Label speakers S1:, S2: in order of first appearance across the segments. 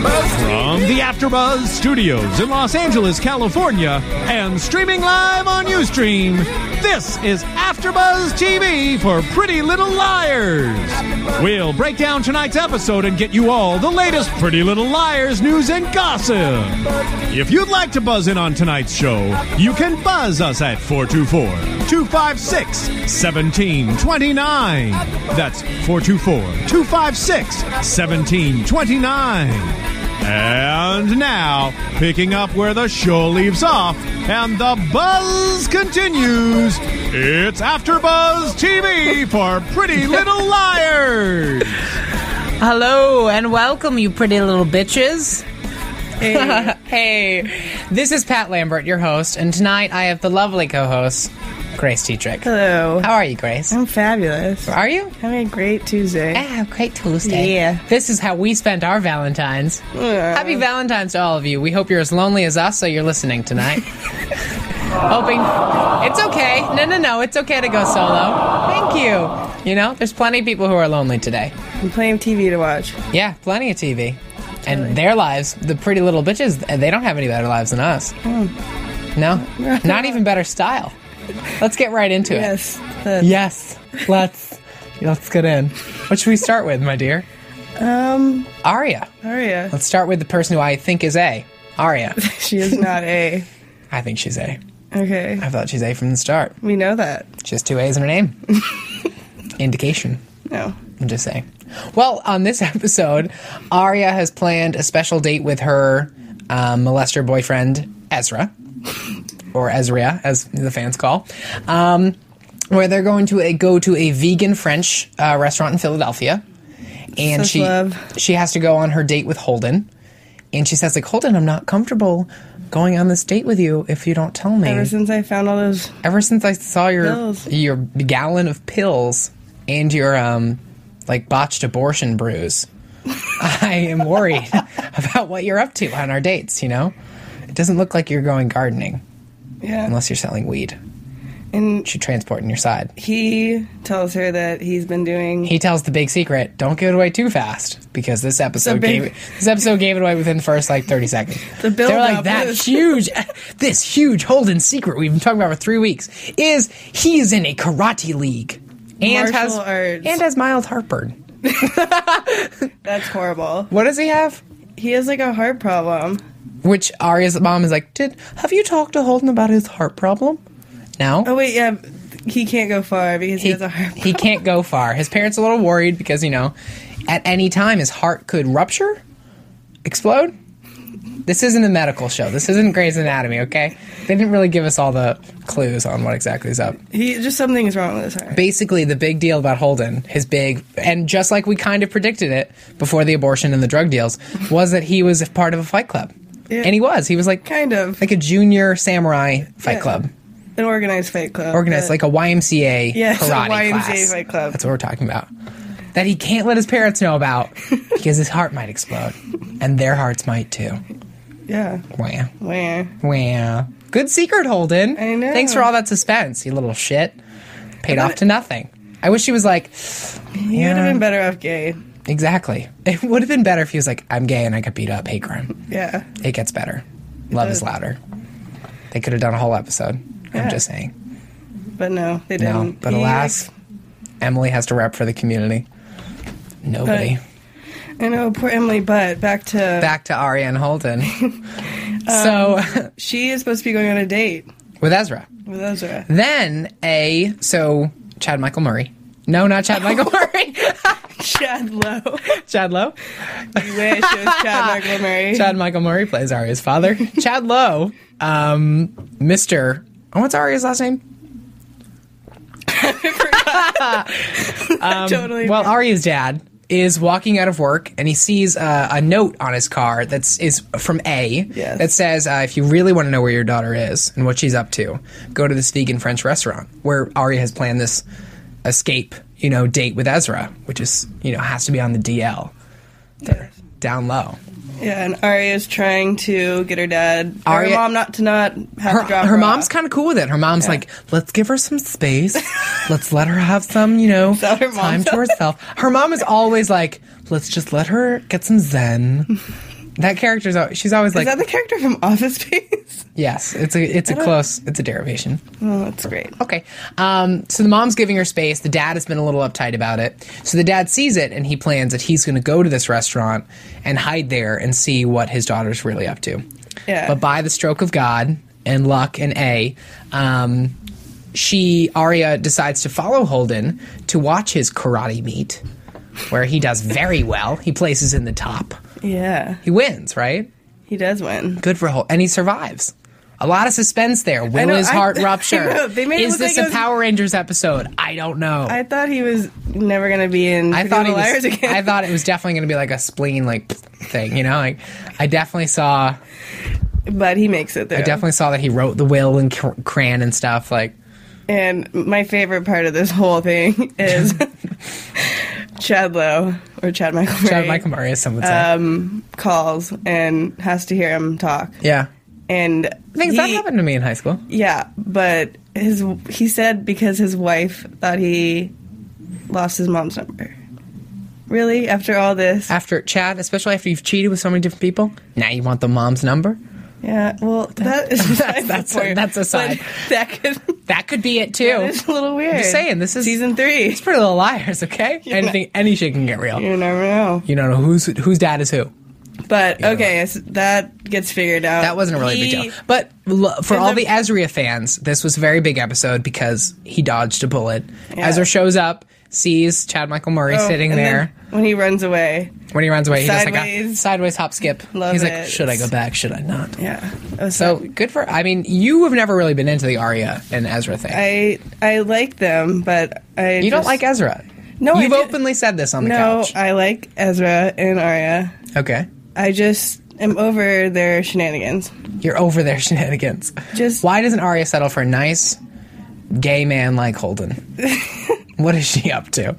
S1: From the AfterBuzz Studios in Los Angeles, California, and streaming live on UStream, this is AfterBuzz TV for Pretty Little Liars. We'll break down tonight's episode and get you all the latest Pretty Little Liars news and gossip. If you'd like to buzz in on tonight's show, you can buzz us at 424-256-1729. That's 424-256-1729. And now, picking up where the show leaves off and the buzz continues, it's AfterBuzz TV for Pretty Little Liars.
S2: Hello and welcome, you pretty little bitches. Hey. This is Pat Lambert, your host, and tonight I have the lovely co host, Grace Dietrich.
S3: Hello.
S2: How are you, Grace?
S3: I'm fabulous.
S2: Are you?
S3: Having a great Tuesday.
S2: Ah, great Tuesday.
S3: Yeah.
S2: This is how we spent our Valentine's. Happy Valentine's to all of you. We hope you're as lonely as us, so you're listening tonight. Hoping it's okay. No, no, no. It's okay to go solo. Thank you. You know, there's plenty of people who are lonely today.
S3: I'm playing TV to watch.
S2: Yeah, plenty of TV. And their lives, the pretty little bitches, eh, they don't have any better lives than us.
S3: Hmm.
S2: No? Not even better style. Let's get right into it.
S3: Yes. Uh,
S2: Yes. Let's let's get in. What should we start with, my dear?
S3: Um,
S2: Aria.
S3: Aria.
S2: Let's start with the person who I think is A. Aria.
S3: She is not A.
S2: I think she's A.
S3: Okay.
S2: I thought she's A from the start.
S3: We know that.
S2: She has two A's in her name. Indication.
S3: No.
S2: I'm just saying. Well, on this episode, Arya has planned a special date with her um, molester boyfriend, Ezra, or Ezria, as the fans call, um, where they're going to a, go to a vegan French uh, restaurant in Philadelphia. And
S3: Such
S2: she
S3: love.
S2: she has to go on her date with Holden, and she says like Holden, I'm not comfortable going on this date with you if you don't tell me.
S3: Ever since I found all those,
S2: Ever since I saw your
S3: Pills.
S2: your gallon of pills and your um like botched abortion brews, I am worried about what you're up to on our dates, you know? It doesn't look like you're going gardening
S3: yeah.
S2: unless you're selling weed.
S3: And
S2: Should transport in your side.
S3: he tells her that he's been doing.
S2: He tells the big secret, don't give it away too fast, because this episode gave
S3: big-
S2: it, this episode gave it away within the first like thirty seconds.
S3: The
S2: They're like
S3: build-up
S2: that
S3: is-
S2: huge this huge Holden secret we've been talking about for three weeks is he is in a karate league. And has,
S3: Martial arts.
S2: and has mild heartburn.
S3: That's horrible.
S2: What does he have?
S3: He has like a heart problem.
S2: Which Arya's mom is like, did have you talked to Holden about his heart problem? No.
S3: Oh wait, yeah. He can't go far because he,
S2: he,
S3: has a heart.
S2: he can't go far. His parents are a little worried because, you know, at any time his heart could rupture, explode. This isn't a medical show. This isn't Grey's Anatomy, okay? They didn't really give us all the clues on what exactly is up.
S3: He just something is wrong with his heart.
S2: Basically, the big deal about Holden, his big, and just like we kind of predicted it before the abortion and the drug deals, was that he was a part of a fight club.
S3: Yeah.
S2: And he was. He was like
S3: Kind of
S2: like a junior samurai fight
S3: Yeah.
S2: club
S3: an organized fight club.
S2: organized like
S3: but
S2: a YMCA
S3: Yes, a
S2: karate
S3: YMCA
S2: class.
S3: fight club.
S2: That's what we're talking about. That he can't let his parents know about because his heart might explode, and their hearts might too.
S3: yeah.
S2: Wow,
S3: Wah.
S2: wow. Good secret, Holden.
S3: I know.
S2: Thanks for all that suspense, you little shit. Paid off to nothing. I wish he was like,
S3: He would have
S2: Yeah.
S3: been better off gay.
S2: exactly. It would have been better if he was like, I'm gay and I got beat up, hate crime.
S3: Yeah.
S2: It gets better. Love is
S3: does.
S2: louder. They could have done a whole episode. I'm
S3: Yeah.
S2: just saying.
S3: But no, they didn't.
S2: No, but
S3: He,
S2: alas, Emily has to rep for the community. Nobody.
S3: I know, poor Emily. But back to
S2: Back to Ariane Holden. so
S3: Um, she is supposed to be going on a date
S2: with Ezra,
S3: with Ezra.
S2: Then a so Chad Michael Murray. No, not Chad Michael Murray.
S3: Chad Lowe.
S2: Chad Lowe.
S3: You wish it was Chad Michael Murray.
S2: Chad Michael Murray plays Arya's father. Chad Lowe, um, Mr. Oh, what's Arya's last name? um,
S3: totally.
S2: Well, Arya's dad is walking out of work and he sees uh, a note on his car that's is from A
S3: Yes.
S2: that says, uh, "If you really want to know where your daughter is and what she's up to, go to this vegan French restaurant where Arya has planned this escape, you know, date with Ezra, which is you know has to be on the DL,
S3: Yes.
S2: down low."
S3: Yeah, and Arya's trying to get her dad, or
S2: Arya-
S3: her mom, not to not have
S2: her,
S3: to drop
S2: her
S3: her
S2: mom's
S3: off.
S2: kind of cool with it. Her mom's like, let's give her some space. let's let her have some, you know,
S3: that what her mom
S2: time to
S3: said?
S2: herself. Her mom is always like, let's just let her get some zen. That character's al- she's always like,
S3: Is that the character from Office Space?
S2: yes, it's a it's a close, it's a derivation.
S3: oh, that's great.
S2: Okay. Um, so the mom's giving her space. The dad has been a little uptight about it. So the dad sees it and he plans that he's going to go to this restaurant and hide there and see what his daughter's really up to.
S3: Yeah.
S2: But by the stroke of God and luck and A, um, she, Arya, decides to follow Holden to watch his karate meet, where he does very well. He places in the top.
S3: Yeah,
S2: He wins, right?
S3: he does win.
S2: Good for Holden. And he survives. A lot of suspense there. Will
S3: know,
S2: his
S3: I-
S2: heart
S3: I
S2: rupture?
S3: know, they made it
S2: Is
S3: look
S2: this
S3: like it
S2: a
S3: was-
S2: Power Rangers episode? I don't know.
S3: I thought he was never going to be in.
S2: I
S3: Pretty
S2: thought he
S3: Little
S2: was.
S3: Liars again.
S2: I thought it was definitely going to be like a spleen like thing, you know. Like I definitely saw.
S3: but he makes it there.
S2: I definitely saw that he wrote the will and cr- crayon and stuff. Like
S3: And my favorite part of this whole thing is Chad Lowe or Chad Michael Murray
S2: Chad Michael Murray, as someone said.
S3: Um, calls and has to hear him talk.
S2: yeah,
S3: And
S2: things that
S3: he-
S2: happened to me in high school.
S3: Yeah, but his he said because his wife thought he lost his mom's number. Really? After all this?
S2: After Chad, especially after you've cheated with so many different people, now you want the mom's number.
S3: Yeah. Well, that is
S2: That's- that's- that's Oh. aside.
S3: But that could
S2: That could be it too.
S3: it's a little weird.
S2: just saying, this is-
S3: season three.
S2: It's Pretty Little Liars, okay? Anything, any shit can get real.
S3: You never know.
S2: You don't know who's whose dad is who.
S3: But okay, so that gets figured out.
S2: That wasn't a really
S3: He-
S2: big deal. But lo- for
S3: There's
S2: all
S3: a-
S2: the Ezra fans, this was a very big episode because he dodged a bullet.
S3: Yeah.
S2: Ezra shows up, sees Chad Michael Murray
S3: oh,
S2: sitting
S3: and then
S2: there.
S3: when he runs away.
S2: When he runs away, he's just like a
S3: Sideways.
S2: sideways hop skip.
S3: Love
S2: he's like,
S3: it.
S2: should I go back? Should I not?
S3: Yeah. It was
S2: So good for. I mean, you have never really been into the Arya and Ezra thing.
S3: I I like them, but I
S2: you don't like Ezra.
S3: No, I
S2: you've
S3: did-
S2: openly said this on the
S3: No,
S2: couch.
S3: I like Ezra and Arya.
S2: okay,
S3: I just am over their shenanigans.
S2: you're over their shenanigans.
S3: Just
S2: Why doesn't Arya settle for a nice gay man like Holden? what is she up to?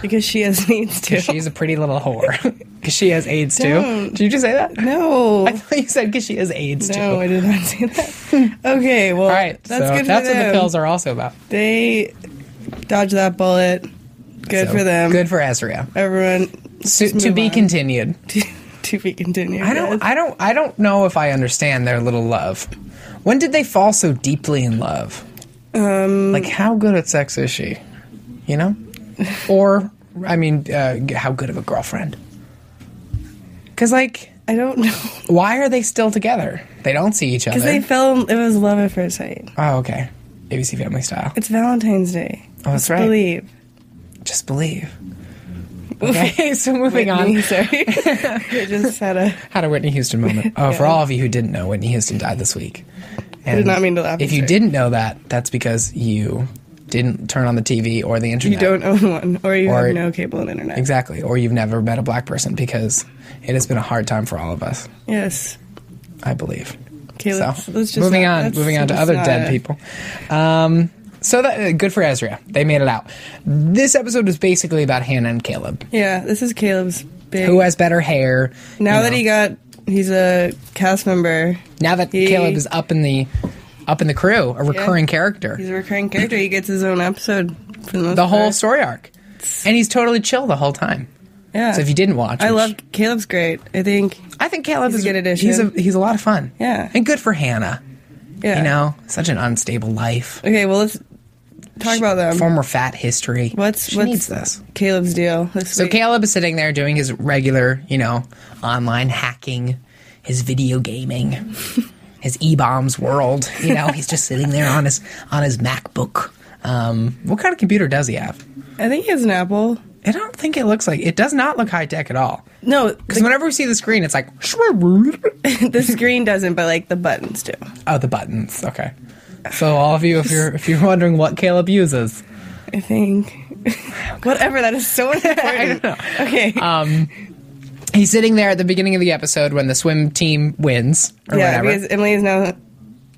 S3: because she has needs to.
S2: She's a pretty little whore. 'Cause she has AIDS too.
S3: Don't.
S2: Did you just say that?
S3: no,
S2: I thought you said because she has AIDS too.
S3: no, I did not say that. Okay, well,
S2: All right,
S3: that's
S2: so
S3: good for
S2: that's what the
S3: them.
S2: pills are also about.
S3: They dodge that bullet. Good
S2: So,
S3: for them.
S2: Good for Ezra.
S3: everyone.
S2: To,
S3: just
S2: to
S3: move
S2: be
S3: on.
S2: continued.
S3: to be continued.
S2: I don't.
S3: yes.
S2: I don't. I don't know if I understand their little love. When did they fall so deeply in love? Um,
S3: Mm.
S2: like how good at sex is she? You know, or I mean, uh, g- how good of a girlfriend? Because like,
S3: I don't know
S2: why are they still together? They don't see each other.
S3: because they fell. in- It was love at first sight.
S2: oh, okay. ABC Family style.
S3: It's Valentine's Day.
S2: Oh, that's right.
S3: Believe.
S2: Just believe. Okay, so moving
S3: Whitney,
S2: on.
S3: Sorry, I just had a.
S2: Had a Whitney Houston moment. Oh, for all of you who didn't know, Whitney Houston died this week. And
S3: did not mean to laugh,
S2: If you
S3: sorry.
S2: didn't know that, that's because you didn't turn on the TV or the
S3: You
S2: internet.
S3: don't own one, or you
S2: Or-
S3: have no cable and internet.
S2: Exactly. Or you've never met a black person because it has been a hard time for all of us,
S3: Yes.
S2: I believe.
S3: Okay,
S2: So
S3: let's, let's just
S2: moving
S3: not-
S2: on,
S3: let's-
S2: moving on to
S3: let's
S2: other
S3: not-
S2: dead people. Um, so that uh, good for Ezra. They made it out. This episode was basically about Hannah and Caleb,
S3: Yeah, this is Caleb's big.
S2: who has better hair
S3: now
S2: you
S3: that
S2: know.
S3: he got, he's a cast member.
S2: Now that
S3: He-
S2: Caleb is up in the up in the crew, a recurring character,
S3: He's a recurring character. He gets his own episode for the, most
S2: the whole
S3: part.
S2: story arc, and he's totally chill the whole time.
S3: Yeah.
S2: So if you didn't watch,
S3: I
S2: which-
S3: love Caleb's great. I think.
S2: I think Caleb
S3: He's
S2: is
S3: a good addition.
S2: He's a he's a lot of fun.
S3: Yeah.
S2: and good for Hannah.
S3: Yeah.
S2: You know, such an unstable life.
S3: Okay, well let's talk about them.
S2: Former fat history.
S3: What's
S2: she
S3: what's
S2: needs this?
S3: Caleb's deal? This
S2: So
S3: week?
S2: Caleb is sitting there doing his regular, you know, online hacking, his video gaming, his e bombs world. You know, he's just sitting there on his on his MacBook. Um, what kind of computer does he have?
S3: I think he has an apple.
S2: I don't think it looks like it does not look high tech at all.
S3: No,
S2: Because
S3: the,
S2: whenever we see the screen, it's like
S3: the screen doesn't, but like the buttons do.
S2: oh the buttons. Okay, so all of you, if you're if you're wondering what Caleb uses,
S3: I think. Whatever, that is so important. Okay.
S2: Um, he's sitting there at the beginning of the episode when the swim team wins or
S3: yeah,
S2: whatever.
S3: because Emily is now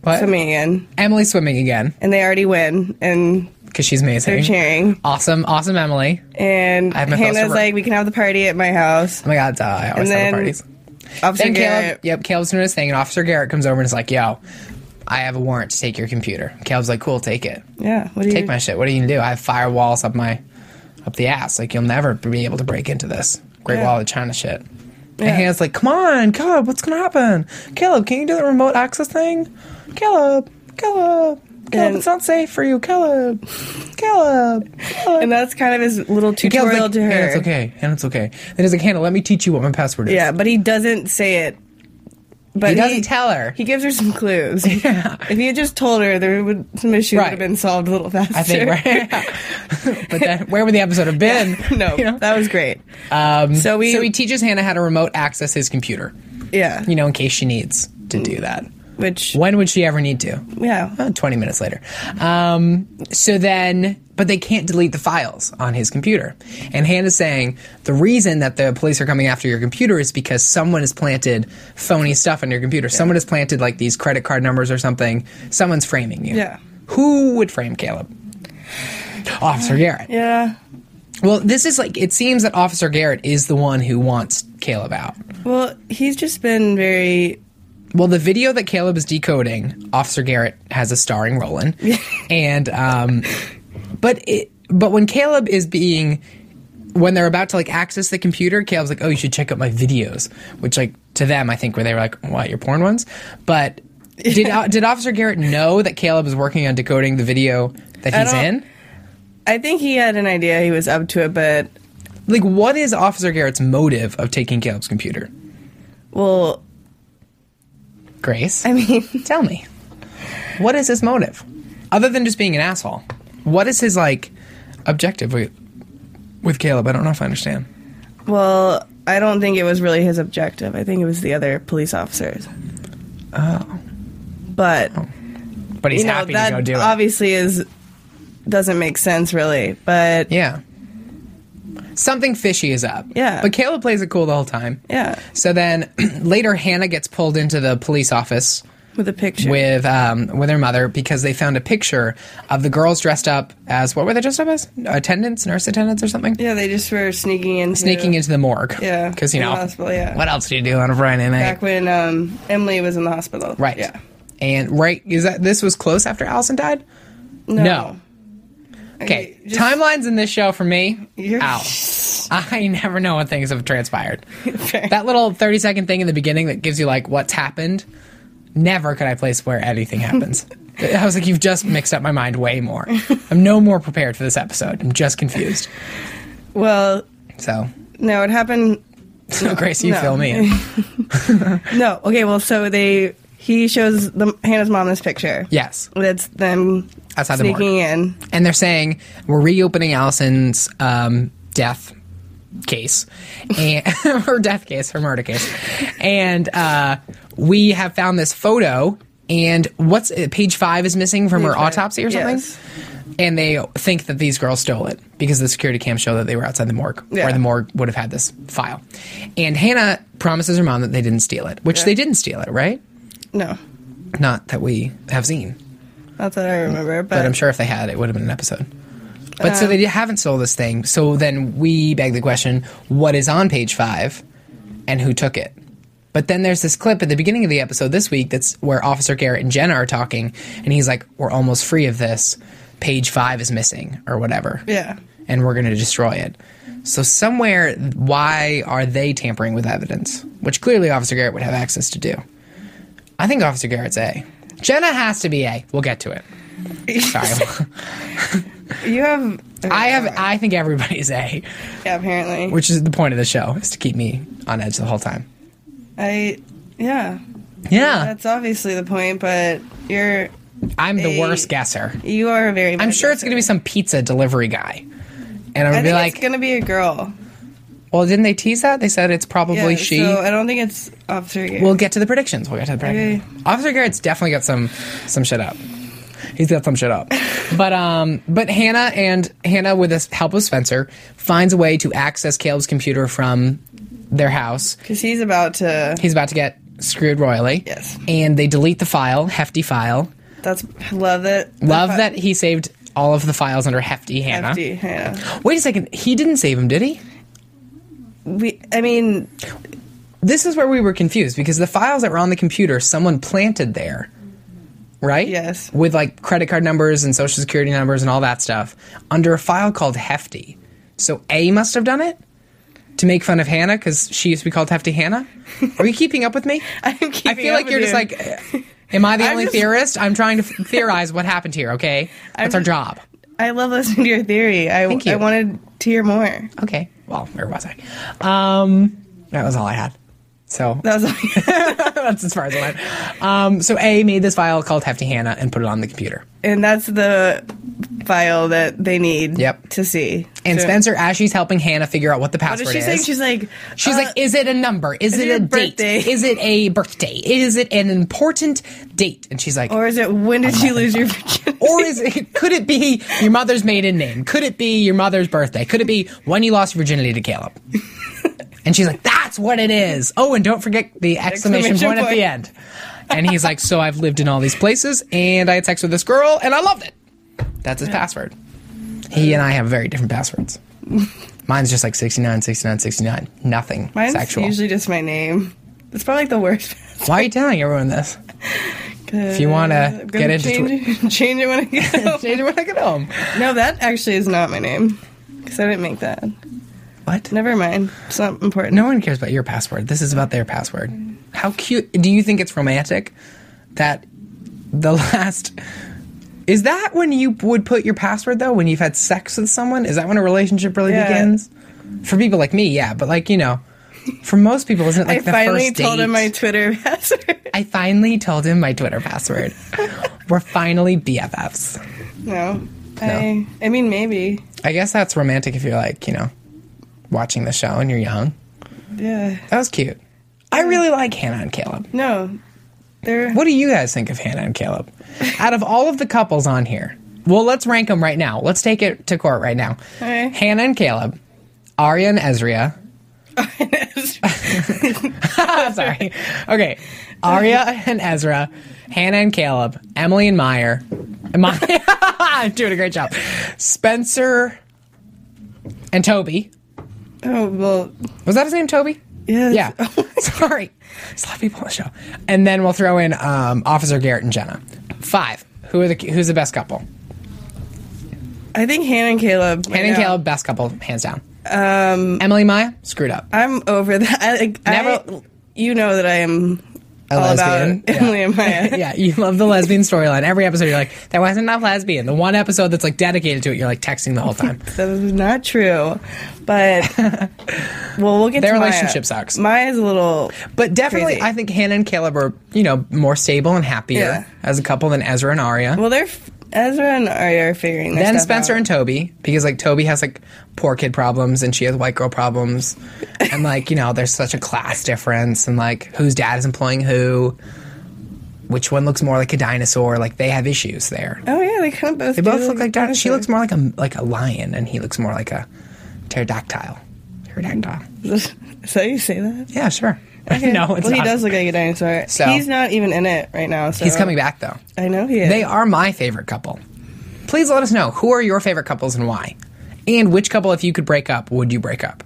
S2: What?
S3: swimming again,
S2: Emily's swimming again
S3: and they already win, and
S2: because she's
S3: they're
S2: amazing.
S3: cheering.
S2: Awesome, awesome Emily.
S3: And
S2: have my thoughts
S3: Hannah's
S2: over-
S3: like, we can have the party at my house.
S2: Oh my god, uh, I always
S3: And
S2: have
S3: then-
S2: a parties.
S3: Officer
S2: Then Caleb,
S3: Garrett,
S2: yep, Caleb's doing his thing, and Officer Garrett comes over and is like, "Yo, I have a warrant to take your computer." Caleb's like, "Cool, take it.
S3: yeah, what do you
S2: Take my shit. What are you gonna do? I have firewalls up my up the ass. Like you'll never be able to break into this Great
S3: Yeah.
S2: Wall of China shit." And Hannah's like, "Come on, Caleb, what's gonna happen? Caleb, can you do the remote access thing? Caleb, Caleb." Caleb,
S3: And-
S2: it's not safe for you, Caleb. Caleb, Caleb.
S3: And that's kind of his little
S2: And Caleb's
S3: tutorial
S2: like,
S3: to her.
S2: Hannah, it's okay. Hannah, it's okay. And he's like, Hannah, let me teach you what my password is.
S3: Yeah, but he doesn't say it. But
S2: he doesn't tell her.
S3: He gives her some clues. Yeah. If he had just told her, there would some issues
S2: Right.
S3: would have been solved a little faster.
S2: I think, right? but then, where would the episode have been?
S3: no,
S2: You know?
S3: that was great. Um, so we,
S2: so he teaches Hannah how to remote access his computer,
S3: yeah,
S2: you know, in case she needs to do that.
S3: which
S2: When would she ever need to?
S3: yeah,
S2: Oh, 20 minutes later. Um, so then, but they can't delete the files on his computer. And Hannah's saying the reason that the police are coming after your computer is because someone has planted phony stuff on your computer. Someone has planted like these credit card numbers or something. Someone's framing you.
S3: Yeah.
S2: Who would frame Caleb? Officer Garrett.
S3: yeah.
S2: Well, this is like it seems that Officer Garrett is the one who wants Caleb out.
S3: Well, he's just been very
S2: Well, the video that Caleb is decoding, Officer Garrett has a starring role in, and um, but it, but when Caleb is being when they're about to like access the computer, Caleb's like, "Oh, you should check out my videos," which like to them, I think, where they were like, "What your porn ones?" But did did Officer Garrett know that Caleb is working on decoding the video that he's
S3: don't-
S2: in?
S3: I think he had an idea he was up to it, but
S2: Like, what is Officer Garrett's motive of taking Caleb's computer?
S3: well,
S2: Grace,
S3: I mean,
S2: Tell me, what is his motive, other than just being an asshole? What is his like objective with, with Caleb? I don't know if I understand.
S3: well, I don't think it was really his objective. I think it was the other police officers. Oh. But
S2: But Oh. he's
S3: you know
S2: happy to go
S3: that
S2: do it.
S3: obviously is doesn't make sense really, but
S2: Yeah, something fishy is up.
S3: Yeah.
S2: but Caleb plays it cool the whole time.
S3: yeah,
S2: So then later, Hannah gets pulled into the police office
S3: with a picture.
S2: with um, with her mother because they found a picture of the girls dressed up as what were they dressed up as? Attendants, nurse attendants, or something.
S3: yeah, they just were sneaking in,
S2: Sneaking into the morgue.
S3: Yeah,
S2: because you
S3: in the
S2: know
S3: hospital, yeah.
S2: what else do you do on a Friday night?
S3: back when um, Emily was in the hospital.
S2: Right.
S3: Yeah.
S2: And right is that this was close after Allison died?
S3: No.
S2: Okay.
S3: I just-
S2: Timelines in this show for me.
S3: You're-
S2: Ow. I never know when things have transpired. That little 30 second thing in the beginning that gives you like what's happened. Never could I place where anything happens. I was like, you've just mixed up my mind way more. I'm no more prepared for this episode. I'm just confused.
S3: Well,
S2: So,
S3: no, it happened.
S2: so Grace, you
S3: no.
S2: fill me in.
S3: No. Okay. Well, so they he shows the Hannah's mom this picture.
S2: Yes.
S3: That's them
S2: Outside the
S3: sneaking
S2: morgue.
S3: in.
S2: and they're saying we're reopening Allison's um, death case and her death case, her murder case, and uh, we have found this photo. And what's uh, page five is missing from her
S3: Page five,
S2: autopsy or something,
S3: yes.
S2: and they think that these girls stole it because the security cam show that they were outside the morgue,
S3: Yeah.
S2: where the morgue would have had this file. And Hannah promises her mom that they didn't steal it, which they didn't steal it, right?
S3: No,
S2: Not that we have seen.
S3: that's what I remember. But,
S2: Mm. But I'm sure if they had, it would have been an episode. But so they haven't sold this thing. So then we beg the question: What is on page five, and who took it? But then there's this clip at the beginning of the episode this week that's where Officer Garrett and Jenna are talking, and he's like, "We're almost free of this. Page five is missing, or whatever.
S3: Yeah.
S2: and we're going to destroy it." So somewhere, why are they tampering with evidence, which clearly Officer Garrett would have access to do? I think Officer Garrett's A. Jenna has to be A. We'll get to it. Sorry.
S3: you have.
S2: I have. I think everybody's A,
S3: Yeah, apparently.
S2: which is the point of the show, is to keep me on edge the whole time.
S3: I. Yeah.
S2: Yeah,
S3: That's obviously the point, but you're
S2: I'm the
S3: a-
S2: worst guesser.
S3: you are a very.
S2: I'm sure it's going to be some pizza delivery guy. And I'm going to
S3: I think
S2: be like,
S3: it's gonna be a girl.
S2: well, didn't they tease that? They said it's probably
S3: Yeah,
S2: she.
S3: So I don't think it's Officer Gary.
S2: We'll get to the predictions. We'll get to the predictions. Officer Garrett's definitely got some some shit up. He's got some shit up. But um but Hannah and Hannah with the help of Spencer finds a way to access Caleb's computer from their house.
S3: because he's about to.
S2: He's about to get screwed royally.
S3: Yes.
S2: And they delete the file, hefty file.
S3: That's love it.
S2: Love that he saved all of the files under hefty Hannah.
S3: Hefty, yeah.
S2: Wait a second, he didn't save him, did he?
S3: We, I mean,
S2: This is where we were confused because the files that were on the computer someone planted there. Right?
S3: Yes.
S2: With like credit card numbers and social security numbers and all that stuff under a file called Hefty. So A must have done it to make fun of Hannah because she used to be called Hefty Hannah. Are you keeping up with me?
S3: I'm
S2: I
S3: keeping
S2: feel
S3: up
S2: like
S3: with
S2: you're just
S3: you.
S2: like, eh, am I the
S3: I'm
S2: only
S3: just-
S2: theorist? I'm trying to theorize what happened here, okay? That's our
S3: just-
S2: job.
S3: I love listening to your theory. I,
S2: Thank you.
S3: I wanted to hear more.
S2: Okay. Well, where was I? Um, that was all I had. So
S3: That was all-
S2: that's as far as I went. Um, so A made this file called Hefty Hannah and put it on the computer.
S3: and that's the file that they need.
S2: Yep.
S3: To see.
S2: And
S3: So-
S2: Spencer, as she's helping Hannah figure out what the
S3: What
S2: password
S3: is she
S2: is,
S3: saying? She's like.
S2: she's
S3: uh,
S2: like, "Is it a number? Is, it,
S3: it
S2: a
S3: a birthday?"
S2: date? Is it a birthday? Is it an important date?" And she's like,
S3: Or is it when did you lose your virginity?
S2: or is it could it be your mother's maiden name? Could it be your mother's birthday? Could it be when you lost your virginity to Caleb? And she's like, "That's what it is." Oh, and don't forget the exclamation,
S3: Exclamation
S2: point, at the
S3: point.
S2: end. And he's like, "So I've lived in all these places, and I had sex with this girl, and I loved it." That's his password. He and I have very different passwords. Mine's just like 69, 69, 69. Nothing
S3: Mine's
S2: sexual.
S3: usually just my name. It's probably like the worst.
S2: Why are you telling everyone this?
S3: If
S2: you wanna get into
S3: Uh, change, it, change it when I get home.
S2: When I get home.
S3: no, that actually is not my name because I didn't make that.
S2: What?
S3: Never mind. It's not important.
S2: No one cares about your password. This is about their password. How cute. Do you think it's romantic that the last. Is that when you would put your password, though? When you've had sex with someone? Is that when a relationship really
S3: Yeah.
S2: begins? For people like me, yeah. But, like, you know, for most people, isn't it like
S3: I
S2: the
S3: finally
S2: first
S3: told
S2: date?
S3: him my Twitter password.
S2: I finally told him my Twitter password. We're finally BFFs.
S3: No. I, I mean, maybe.
S2: I guess that's romantic if you're, like, you know, watching the show and you're young.
S3: Yeah.
S2: That was cute. I really like Hannah and Caleb.
S3: No. They're.
S2: What do you guys think of Hannah and Caleb? Out of all of the couples on here, well, let's rank them right now. Let's take it to court right now.
S3: Okay.
S2: Hannah and Caleb, Arya and Ezria. Sorry. Okay. Arya and Ezra, Hannah and Caleb, Emily and Meyer. Maya. I'm doing a great job. Spencer and Toby.
S3: oh, well.
S2: Was that his name, Toby?
S3: Yes.
S2: Yeah. Sorry. There's a lot of people on the show. And then we'll throw in um, Officer Garrett and Jenna. Five. Who are the who's the best couple?
S3: I think Hannah and Caleb.
S2: Hannah and Caleb, best couple, hands down. Um, Emily Maya, screwed up.
S3: I'm over that. I, like,
S2: Never-
S3: I, you know that I am
S2: A
S3: all
S2: lesbian.
S3: about Emily and Maya.
S2: yeah, you love the lesbian storyline. Every episode you're like, that wasn't enough lesbian. The one episode that's like dedicated to it, you're like texting the whole time.
S3: That is not true. But well, we'll get
S2: Their
S3: to Maya.
S2: relationship sucks.
S3: Maya's a little.
S2: But definitely
S3: Crazy.
S2: I think Hannah and Caleb are, you know, more stable and happier
S3: Yeah.
S2: as a couple than Ezra and Arya.
S3: Well, they're f- Ezra and Arya are figuring. Their
S2: then
S3: stuff
S2: Spencer
S3: out.
S2: and Toby because like Toby has like poor kid problems and she has white girl problems and like you know there's such a class difference and like whose dad is employing who which one looks more like a dinosaur like they have issues there
S3: oh yeah, they kind of both.
S2: they both look like dinosaurs she looks more like a like a lion and he looks more like a pterodactyl pterodactyl
S3: Is that how you say that?
S2: yeah sure no it's
S3: well, he
S2: not.
S3: does look like a dinosaur.
S2: So-
S3: he's not even in it right now. So
S2: he's coming back though
S3: I know he is.
S2: They are my favorite couple. Please let us know who are your favorite couples and why. And which couple, if you could break up, would you break up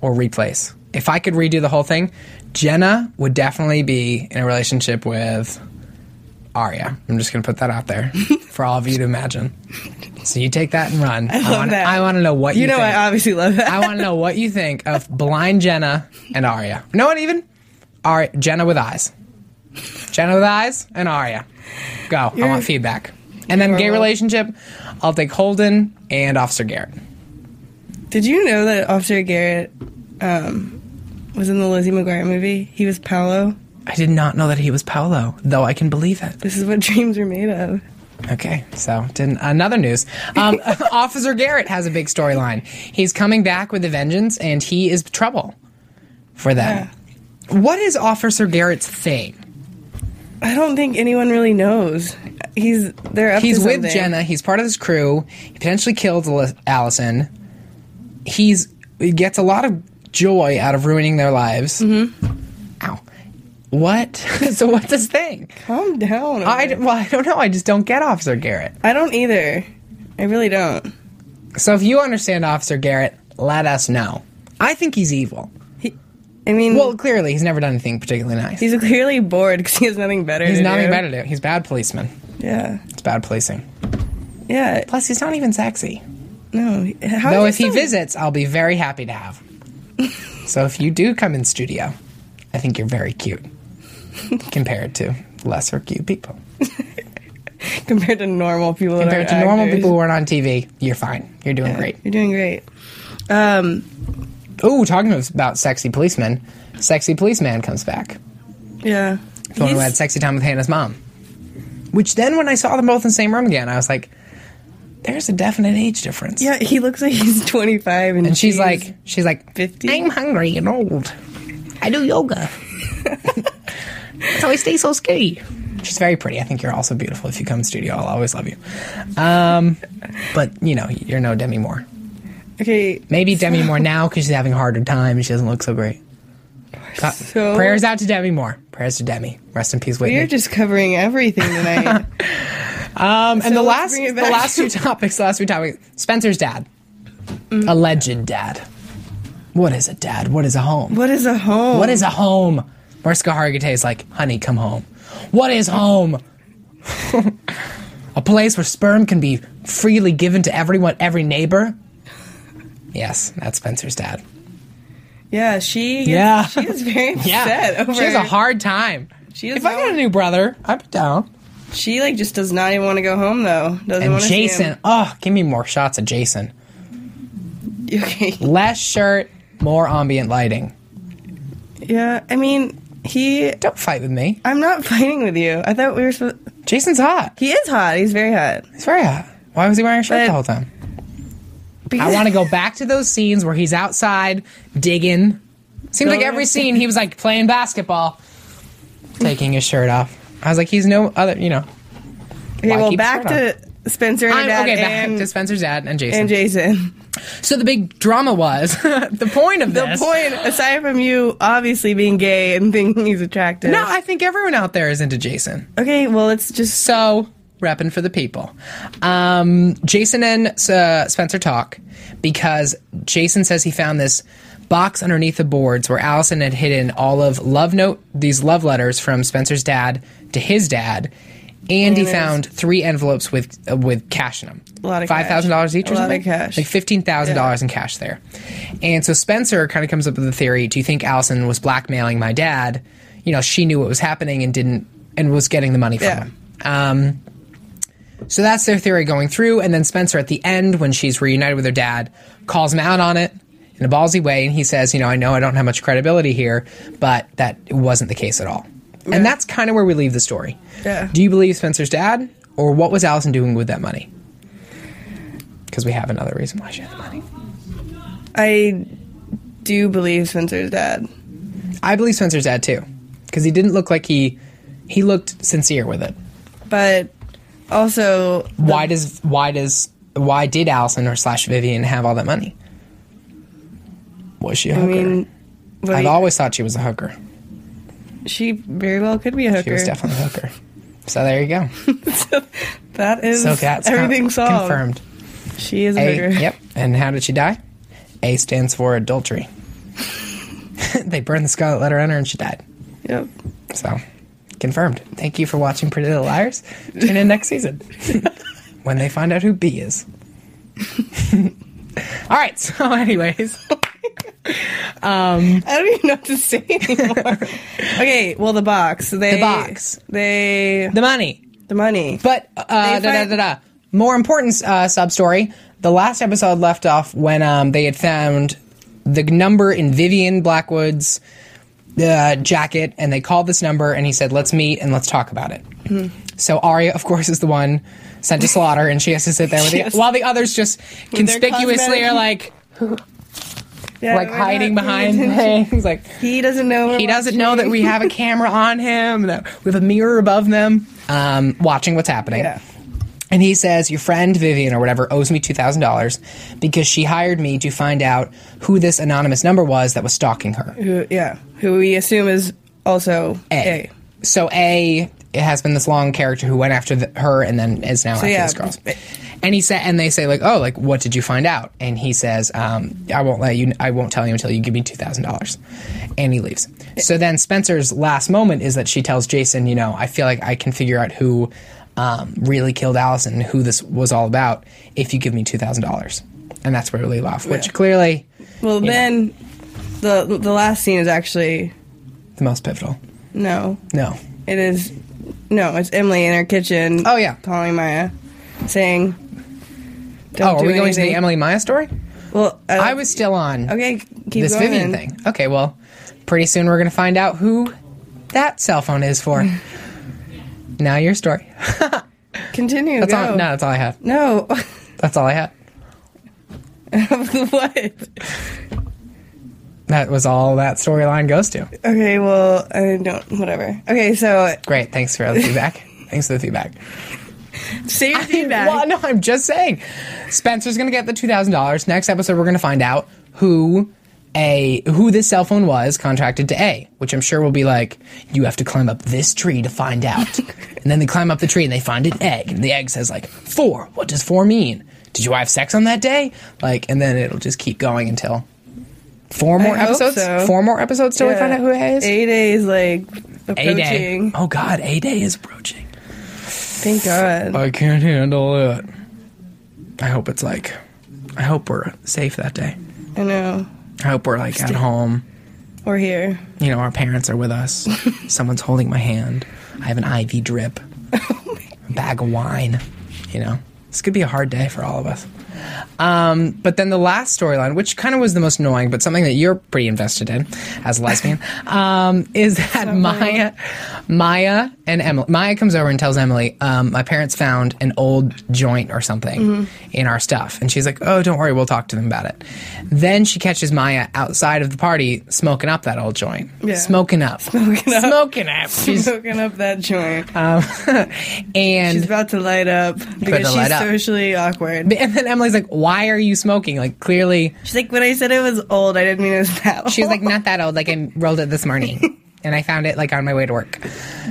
S2: or replace? If I could redo the whole thing, Jenna would definitely be in a relationship with Arya. I'm just going to put that out there for all of you to imagine. So you take that and run. I,
S3: love
S2: wanna,
S3: that.
S2: I want to know what you,
S3: You know,
S2: think.
S3: I obviously love that.
S2: I want to know what you think of blind Jenna and Arya. No one even? Arya, Jenna with eyes. Jenna with eyes and Arya. Go. I want feedback. And then gay relationship, I'll take Holden and Officer Garrett.
S3: Did you know that Officer Garrett um, was in the Lizzie McGuire movie? He was Paolo.
S2: I did not know that he was Paolo, though I can believe it.
S3: This is what dreams are made of.
S2: Okay, so didn't another news. Um, Officer Garrett has a big storyline. He's coming back with a vengeance, and he is trouble for them. What is Officer Garrett's thing?
S3: I don't think anyone really knows. He's they're up
S2: He's
S3: to
S2: with
S3: something.
S2: Jenna. He's part of this crew. He potentially killed Al- Allison. He's he gets a lot of joy out of ruining their lives. Mm-hmm. Ow. What? so what's his thing?
S3: Calm down.
S2: I d- well, I don't know. I just don't get Officer Garrett.
S3: I don't either. I really don't.
S2: So if you understand Officer Garrett, let us know. I think he's evil.
S3: I mean,
S2: Well, clearly he's never done anything particularly nice.
S3: he's clearly bored because he has nothing better.
S2: He's
S3: to
S2: nothing
S3: do.
S2: better to do. He's a bad policeman.
S3: Yeah,
S2: It's bad policing.
S3: yeah.
S2: Plus, he's not even sexy.
S3: No. How
S2: Though
S3: is
S2: if he
S3: so-
S2: visits, I'll be very happy to have. him. so if you do come in studio, I think you're very cute compared to lesser cute people.
S3: compared to normal people, that
S2: Compared
S3: aren't
S2: to normal
S3: actors.
S2: people who aren't on TV, you're fine. You're doing great.
S3: You're doing great. Um,
S2: Ooh, talking about sexy policemen, sexy policeman comes back.
S3: yeah.
S2: The one who
S3: He's-
S2: had sexy time with Hannah's mom. Which then, when I saw them both in the same room again, I was like, "There's a definite age difference."
S3: yeah, he looks like he's 25, and,
S2: And she's like, she's like,
S3: 50?
S2: I'm hungry and old. I do yoga. That's how I stay so skinny. She's very pretty. I think you're also beautiful. If you come in studio, I'll always love you. Um, but you know, you're no Demi Moore.
S3: okay,
S2: Maybe Demi Moore now because she's having a harder time and she doesn't look so great. God-
S3: so-
S2: prayers out to Demi Moore. Prayers to Demi. Rest in peace, Whitney.
S3: you're just covering everything tonight.
S2: Um, and the
S3: let's
S2: last,
S3: bring
S2: the
S3: it back.
S2: last two topics, the last two topics. Spencer's dad, Mm. alleged dad. What is a dad? What is a home?
S3: what is a home?
S2: What is a home? Mariska Hargitay is like, honey, come home. What is home? a place where sperm can be freely given to everyone, every neighbor. Yes, that's Spencer's dad.
S3: Yeah, she. Gets,
S2: Yeah.
S3: she is very upset over.
S2: she has a hard time.
S3: She is
S2: If I
S3: not-
S2: got a new brother, I'd be down.
S3: She like just does not even want to go home though. Doesn't
S2: And
S3: want to See him.
S2: Jason, oh, give me more shots of Jason.
S3: Okay.
S2: Less shirt, more ambient lighting.
S3: Yeah, I mean, he.
S2: Don't fight with me.
S3: I'm not fighting with you. I thought we were. Supposed,
S2: Jason's hot.
S3: he is hot. He's very hot.
S2: He's very hot. Why was he wearing a shirt
S3: But-
S2: the whole time? I
S3: Because-
S2: want to go back to those scenes where he's outside digging. Seems like every scene he was like playing basketball, taking his shirt off. I was like, he's no other, you know.
S3: Okay,
S2: Why
S3: well,
S2: keep
S3: back
S2: his shirt
S3: to Spencer and her
S2: I'm,
S3: dad
S2: okay, back
S3: and,
S2: to Spencer's dad and Jason.
S3: and Jason.
S2: so the big drama was the point of
S3: The
S2: this.
S3: point, aside from you obviously being gay and thinking he's attractive.
S2: No, I think everyone out there is into Jason.
S3: okay, well, it's just
S2: So, repping for the people. Um, Jason and uh, Spencer talk because Jason says he found this box underneath the boards where Allison had hidden all of love note these love letters from Spencer's dad to his dad. And he
S3: And it was-
S2: found three envelopes with uh, with cash in them.
S3: A lot of
S2: five thousand dollars
S3: cash.
S2: each, or
S3: A lot of
S2: something?
S3: cash.
S2: Like fifteen thousand dollars in cash there. And so Spencer kind of comes up with the theory: Do you think Allison was blackmailing my dad? You know, she knew what was happening and didn't, and was getting the money from
S3: Yeah.
S2: him. Um, so that's their theory going through, and then Spencer at the end, when she's reunited with her dad, calls him out on it in a ballsy way, and he says, "You know, I know I don't have much credibility here, but that wasn't the case at all." And that's kind of where we leave the story.
S3: Yeah.
S2: Do you believe Spencer's dad, or what was Allison doing with that money? Because we have another reason why she had the money.
S3: I do believe Spencer's dad.
S2: I believe Spencer's dad too, because he didn't look like he he looked sincere with it.
S3: But also
S2: why does why does why did Allison or slash Vivian have all that money? Was she a
S3: I
S2: hooker? I
S3: mean what
S2: have
S3: do you-
S2: always thought she was a hooker.
S3: she very well could be a hooker.
S2: She was definitely a hooker. So there you go.
S3: that is
S2: So that's con-
S3: everything solved.
S2: confirmed.
S3: She is a
S2: A,
S3: hooker.
S2: yep. And how did she die? A stands for adultery. they burned the scarlet letter on her and she died.
S3: Yep.
S2: So confirmed. Thank you for watching Pretty Little Liars. Tune in next season when they find out who B is. all right. So, anyways.
S3: I don't even know what to say anymore. okay, well the box. They
S2: The box.
S3: They
S2: the money.
S3: the money.
S2: But uh, da,
S3: They
S2: da,
S3: find-
S2: da, da. more important uh, sub story. The last episode left off when um, they had found the number in Vivian Blackwood's uh, jacket, and they called this number, and he said, "Let's meet and let's talk about it."
S3: Hmm.
S2: So Arya, of course, is the one sent to slaughter, and she has to sit there with the,
S3: Yes.
S2: while the others just conspicuously
S3: cosmetic-
S2: are like
S3: Yeah,
S2: like
S3: we're
S2: hiding
S3: not paying
S2: behind
S3: attention.
S2: things. Like
S3: He doesn't know. we're
S2: he doesn't know that we have a camera on him, that we have a mirror above them, um, watching what's happening.
S3: Yeah.
S2: And he says, Your friend Vivian or whatever owes me $2,000 because she hired me to find out who this anonymous number was that was stalking her.
S3: Who, yeah, who we assume is also A.
S2: So A it has been this long character who went after the, her and then is now after
S3: yeah,
S2: this girl.
S3: but-
S2: And he said, and they say like, oh, like what did you find out? And he says, um, I won't let you. I won't tell you until you give me two thousand dollars. And he leaves. So then Spencer's last moment is that she tells Jason, you know, I feel like I can figure out who um, really killed Allison and who this was all about if you give me two thousand dollars. And that's where we leave off, which
S3: Yeah.
S2: clearly
S3: Well, then the the last scene is actually
S2: the most pivotal.
S3: no.
S2: No,
S3: It is no. It's Emily in her kitchen.
S2: Oh, yeah.
S3: calling Maya, saying. Don't
S2: oh, are
S3: do
S2: we going to the
S3: anything."
S2: Emily Maya story?
S3: Well, uh,
S2: I was still on.
S3: okay. Keep
S2: this
S3: going
S2: Vivian
S3: then.
S2: thing. Okay, well, pretty soon we're going to find out who that cell phone is for. now your story.
S3: Continue.
S2: That's
S3: go.
S2: all. No, that's all I had.
S3: No.
S2: That's all I had.
S3: what?
S2: That was all that storyline goes to.
S3: Okay. Well, I don't. Whatever. Okay. So
S2: Great. Thanks for the feedback. Thanks for the feedback.
S3: say your feedback.
S2: Well, no, I'm just saying. Spencer's going to get the two thousand dollars. Next episode, we're going to find out who a who this cell phone was contracted to A, which I'm sure will be like, you have to climb up this tree to find out. and then they climb up the tree and they find an egg, and the egg says like four. What does four mean? Did you have sex on that day? Like, and then it'll just keep going until four more
S3: hope
S2: episodes.
S3: so.
S2: Four more episodes till we find out who A is.
S3: A Day is like
S2: A day.
S3: approaching.
S2: Oh God, A day is approaching.
S3: Thank God.
S2: I can't handle it. I hope it's like, I hope we're safe that day.
S3: I know.
S2: I hope we're like at home.
S3: We're here.
S2: You know, our parents are with us. Someone's holding my hand. I have an IV drip, a bag of wine. You know, this could be a hard day for all of us. Um, but then the last storyline, which kind of was the most annoying, but something that you're pretty invested in as a lesbian, um, is that Maya, Maya and Emily. Maya comes over and tells Emily, um, "My parents found an old joint or something
S3: Mm-hmm.
S2: in our stuff," and she's like, "Oh, don't worry, we'll talk to them about it." Then she catches Maya outside of the party smoking up that old joint,
S3: Yeah.
S2: smoking up,
S3: Smoking up.
S2: smoking up. She's, um,
S3: Smoking up that joint.
S2: and
S3: she's about to light up because
S2: to
S3: she's
S2: light up.
S3: socially awkward.
S2: and then Emily's like, "Why are you smoking?" Like clearly.
S3: She's like, when I said it was old, I didn't mean it was that old.
S2: She's like, not that old. Like, I rolled it this morning. And I found it like on my way to work.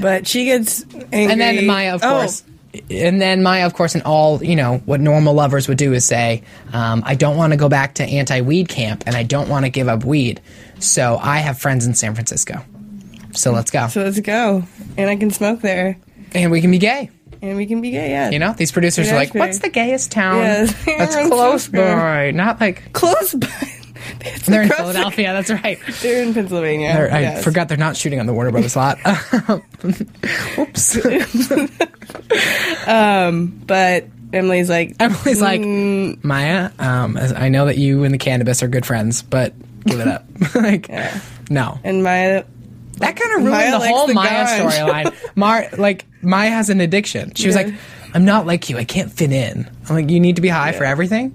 S3: but she gets angry.
S2: And then Maya, of
S3: Oh,
S2: course. And then Maya, of course, and all, you know, what normal lovers would do is say, um, I don't want to go back to anti weed camp and I don't want to give up weed. So I have friends in San Francisco. So let's go.
S3: So let's go. And I can smoke there.
S2: and we can be gay.
S3: And we can be gay, yeah.
S2: You know, these producers
S3: Yeah,
S2: are like,
S3: sure.
S2: what's the gayest town
S3: Yes.
S2: that's
S3: San
S2: close
S3: Francisco."
S2: by? Not like.
S3: Close by. It's
S2: They're in
S3: across the-
S2: Philadelphia, that's right.
S3: They're in Pennsylvania.
S2: They're- I
S3: yes.
S2: forgot they're not shooting on the Warner Brothers lot. Oops.
S3: But Emily's like,
S2: Emily's like,
S3: Mm.
S2: Maya, um, as- I know that you and the cannabis are good friends, but give it up. like, no.
S3: and Maya,
S2: That kind of ruined
S3: Maya
S2: the
S3: likes
S2: whole
S3: the
S2: Maya
S3: guns.
S2: storyline. Mar, like, Maya has an addiction. She was
S3: Yeah.
S2: like, I'm not like you. I can't fit in. I'm like, you need to be high for everything.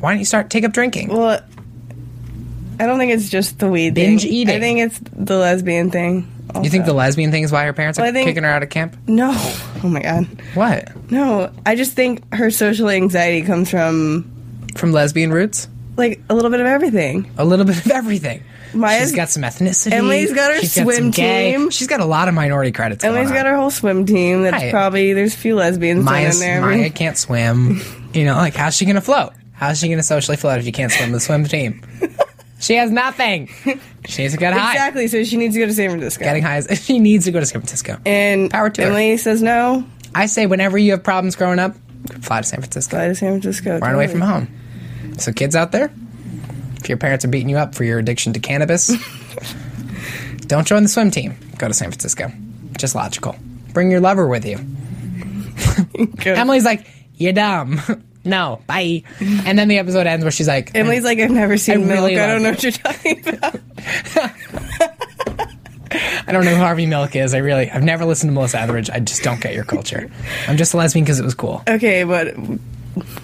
S2: Why don't you start take up drinking?
S3: well, I don't think it's just the weed
S2: Binge
S3: thing.
S2: eating.
S3: I think it's the lesbian thing.
S2: you think the lesbian thing is why her parents are
S3: Well, I think-
S2: kicking her out of camp?
S3: No. Oh my god.
S2: What?
S3: No, I just think her social anxiety comes from
S2: From lesbian roots?
S3: like a little bit of everything.
S2: A little bit of everything.
S3: Maya's
S2: She's got some ethnicity.
S3: Emily's got her
S2: She's got
S3: swim
S2: some gay-
S3: team.
S2: She's got a lot of minority credits. going
S3: Emily's
S2: on.
S3: got her whole swim team. That's
S2: Right.
S3: probably there's a few lesbians down in
S2: Maya's,
S3: there.
S2: Maya can't swim. You know, like how's she gonna float? How's she gonna socially float if she can't swim the swim team? she has nothing. She needs to get high.
S3: Exactly. So she needs to go to San Francisco.
S2: Getting high is she needs to go to San Francisco.
S3: and
S2: Power to her.
S3: Emily says no.
S2: I say whenever you have problems growing up, fly to San Francisco.
S3: Fly to San Francisco.
S2: Run away from home. So kids out there, if your parents are beating you up for your addiction to cannabis, don't join the swim team. Go to San Francisco. Just logical. Bring your lover with you.
S3: Good.
S2: Emily's like, you're dumb. no, bye. And then the episode ends where she's like,
S3: Emily's like I've never seen
S2: I
S3: milk.
S2: really
S3: I
S2: love
S3: don't know
S2: you."
S3: what you're talking about.
S2: I don't know who Harvey Milk is. I really, I've never listened to Melissa Etheridge. I just don't get your culture. I'm just a lesbian because it was cool.
S3: Okay, but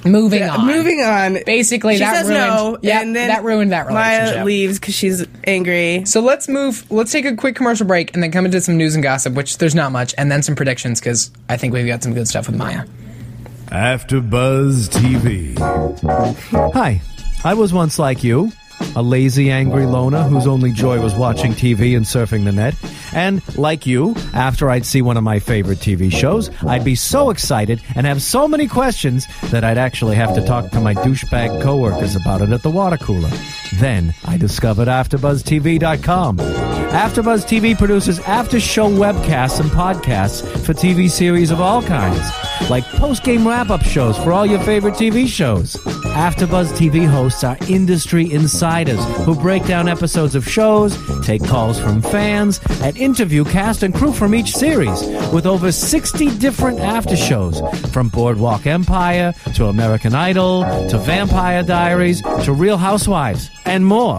S2: Moving on.
S3: moving on.
S2: Basically,
S3: she
S2: that
S3: says
S2: ruined.
S3: no,
S2: yeah,
S3: and then
S2: that ruined that relationship.
S3: Maya leaves because she's angry.
S2: So let's move. Let's take a quick commercial break and then come into some news and gossip, which there's not much, and then some predictions because I think we've got some good stuff with Maya.
S4: After Buzz TV.
S5: Hi, I was once like you, a lazy, angry loner whose only joy was watching TV and surfing the net. And like you, after I'd see one of my favorite TV shows, I'd be so excited and have so many questions that I'd actually have to talk to my douchebag coworkers about it at the water cooler. Then I discovered AfterBuzzTV.com. AfterBuzz TV produces after-show webcasts and podcasts for TV series of all kinds, like post-game wrap-up shows for all your favorite TV shows. AfterBuzz TV hosts are industry insiders who break down episodes of shows, take calls from fans, and interview cast and crew from each series with over 60 different after shows from Boardwalk Empire to American Idol to Vampire Diaries to Real Housewives and more.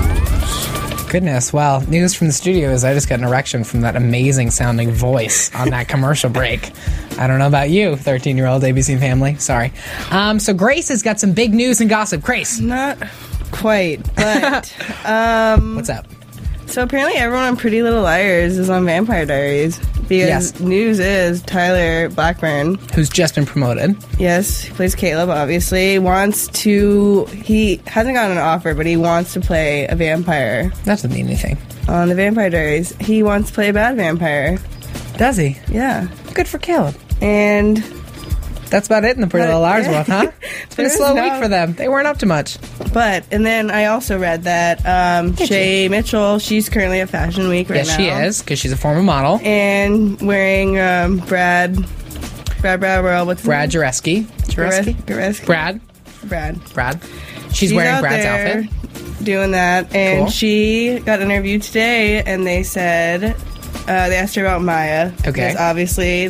S2: Goodness, well, news from the studio is I just got an erection from that amazing sounding voice on that commercial break. I don't know about you, 13 year old ABC family. Sorry. Um, so Grace has got some big news and gossip. Grace,
S3: Not quite, but
S2: what's up?
S3: so apparently everyone on Pretty Little Liars is on Vampire Diaries because
S2: Yes.
S3: news is Tyler Blackburn,
S2: Who's just been promoted?
S3: yes, who plays Caleb, obviously wants to. He hasn't gotten an offer, but he wants to play a vampire
S2: That doesn't mean anything.
S3: on the Vampire Diaries. He wants to play a bad vampire.
S2: Does he?
S3: Yeah,
S2: Good for Caleb.
S3: and
S2: That's about it in the Pretty Little Liars world, huh? It's been a
S3: There is
S2: slow
S3: no-
S2: week for them. They weren't up to much.
S3: But and then I also read that um, Shay Mitchell, she's currently at Fashion Week right
S2: Yes,
S3: now.
S2: she is because she's a former model.
S3: and wearing um, Brad, Brad Brad what's his
S2: Brad
S3: name?
S2: Jareski. Jareski.
S3: Jareski.
S2: Brad.
S3: Brad.
S2: Brad. She's, wearing
S3: out
S2: Brad's
S3: there
S2: outfit.
S3: Doing that, and
S2: Cool.
S3: she got interviewed today, and they said uh, they asked her about Maya.
S2: Okay.
S3: because obviously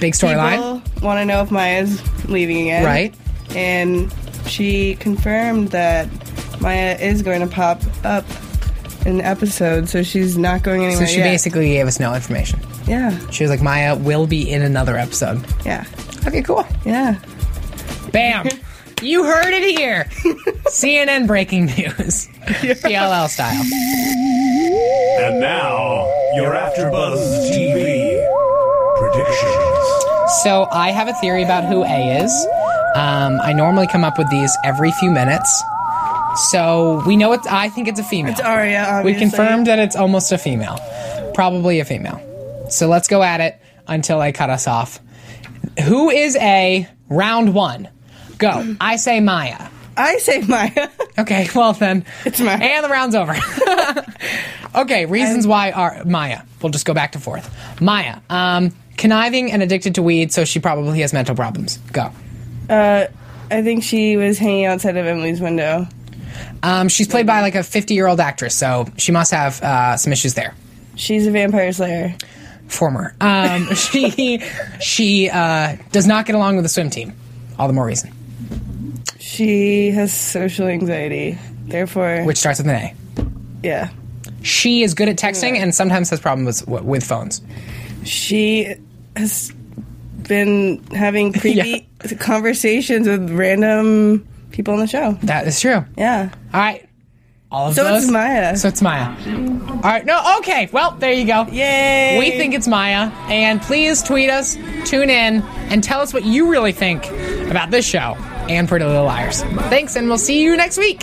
S2: Big storyline,
S3: people want to know if Maya's leaving again,
S2: right?
S3: And she confirmed that Maya is going to pop up in the episode, so she's not going anywhere.
S2: So she
S3: yet.
S2: basically gave us no information.
S3: yeah,
S2: She was like, Maya will be in another episode.
S3: yeah,
S2: Okay, cool.
S3: yeah.
S2: Bam. you heard it here. CNN breaking news. PLL style.
S6: And now, your After Buzz TV predictions.
S2: So I have a theory about who A is. Um, I normally come up with these every few minutes. So we know it's. I think it's a female.
S3: It's Arya.
S2: we
S3: Obviously.
S2: confirmed that it's almost a female, probably a female. So let's go at it until I cut us off. Who is A? Round one. Go. I say Maya.
S3: I say Maya.
S2: Okay, well then.
S3: It's Maya.
S2: And the round's over. okay, reasons why are Maya. We'll just go back to forth. Maya, um, conniving and addicted to weed, so she probably has mental problems. Go.
S3: uh, I think she was hanging outside of Emily's window.
S2: Um, she's played by like a 50 year old actress, so she must have uh, some issues there.
S3: She's a vampire slayer.
S2: Former. Um, she she uh, does not get along with the swim team. All the more reason.
S3: She has social anxiety. Therefore,
S2: Which starts with an A.
S3: yeah,
S2: She is good at texting and sometimes has problems with, with phones.
S3: she has been having creepy conversations with random people on the show.
S2: That is true.
S3: Yeah.
S2: All right. All of
S3: So
S2: those.
S3: it's Maya.
S2: So it's Maya. All right. No. Okay. Well, there you go.
S3: Yay!
S2: We think it's Maya, and please tweet us, tune in, and tell us what you really think about this show and Pretty Little Liars. Thanks, and we'll see you next week.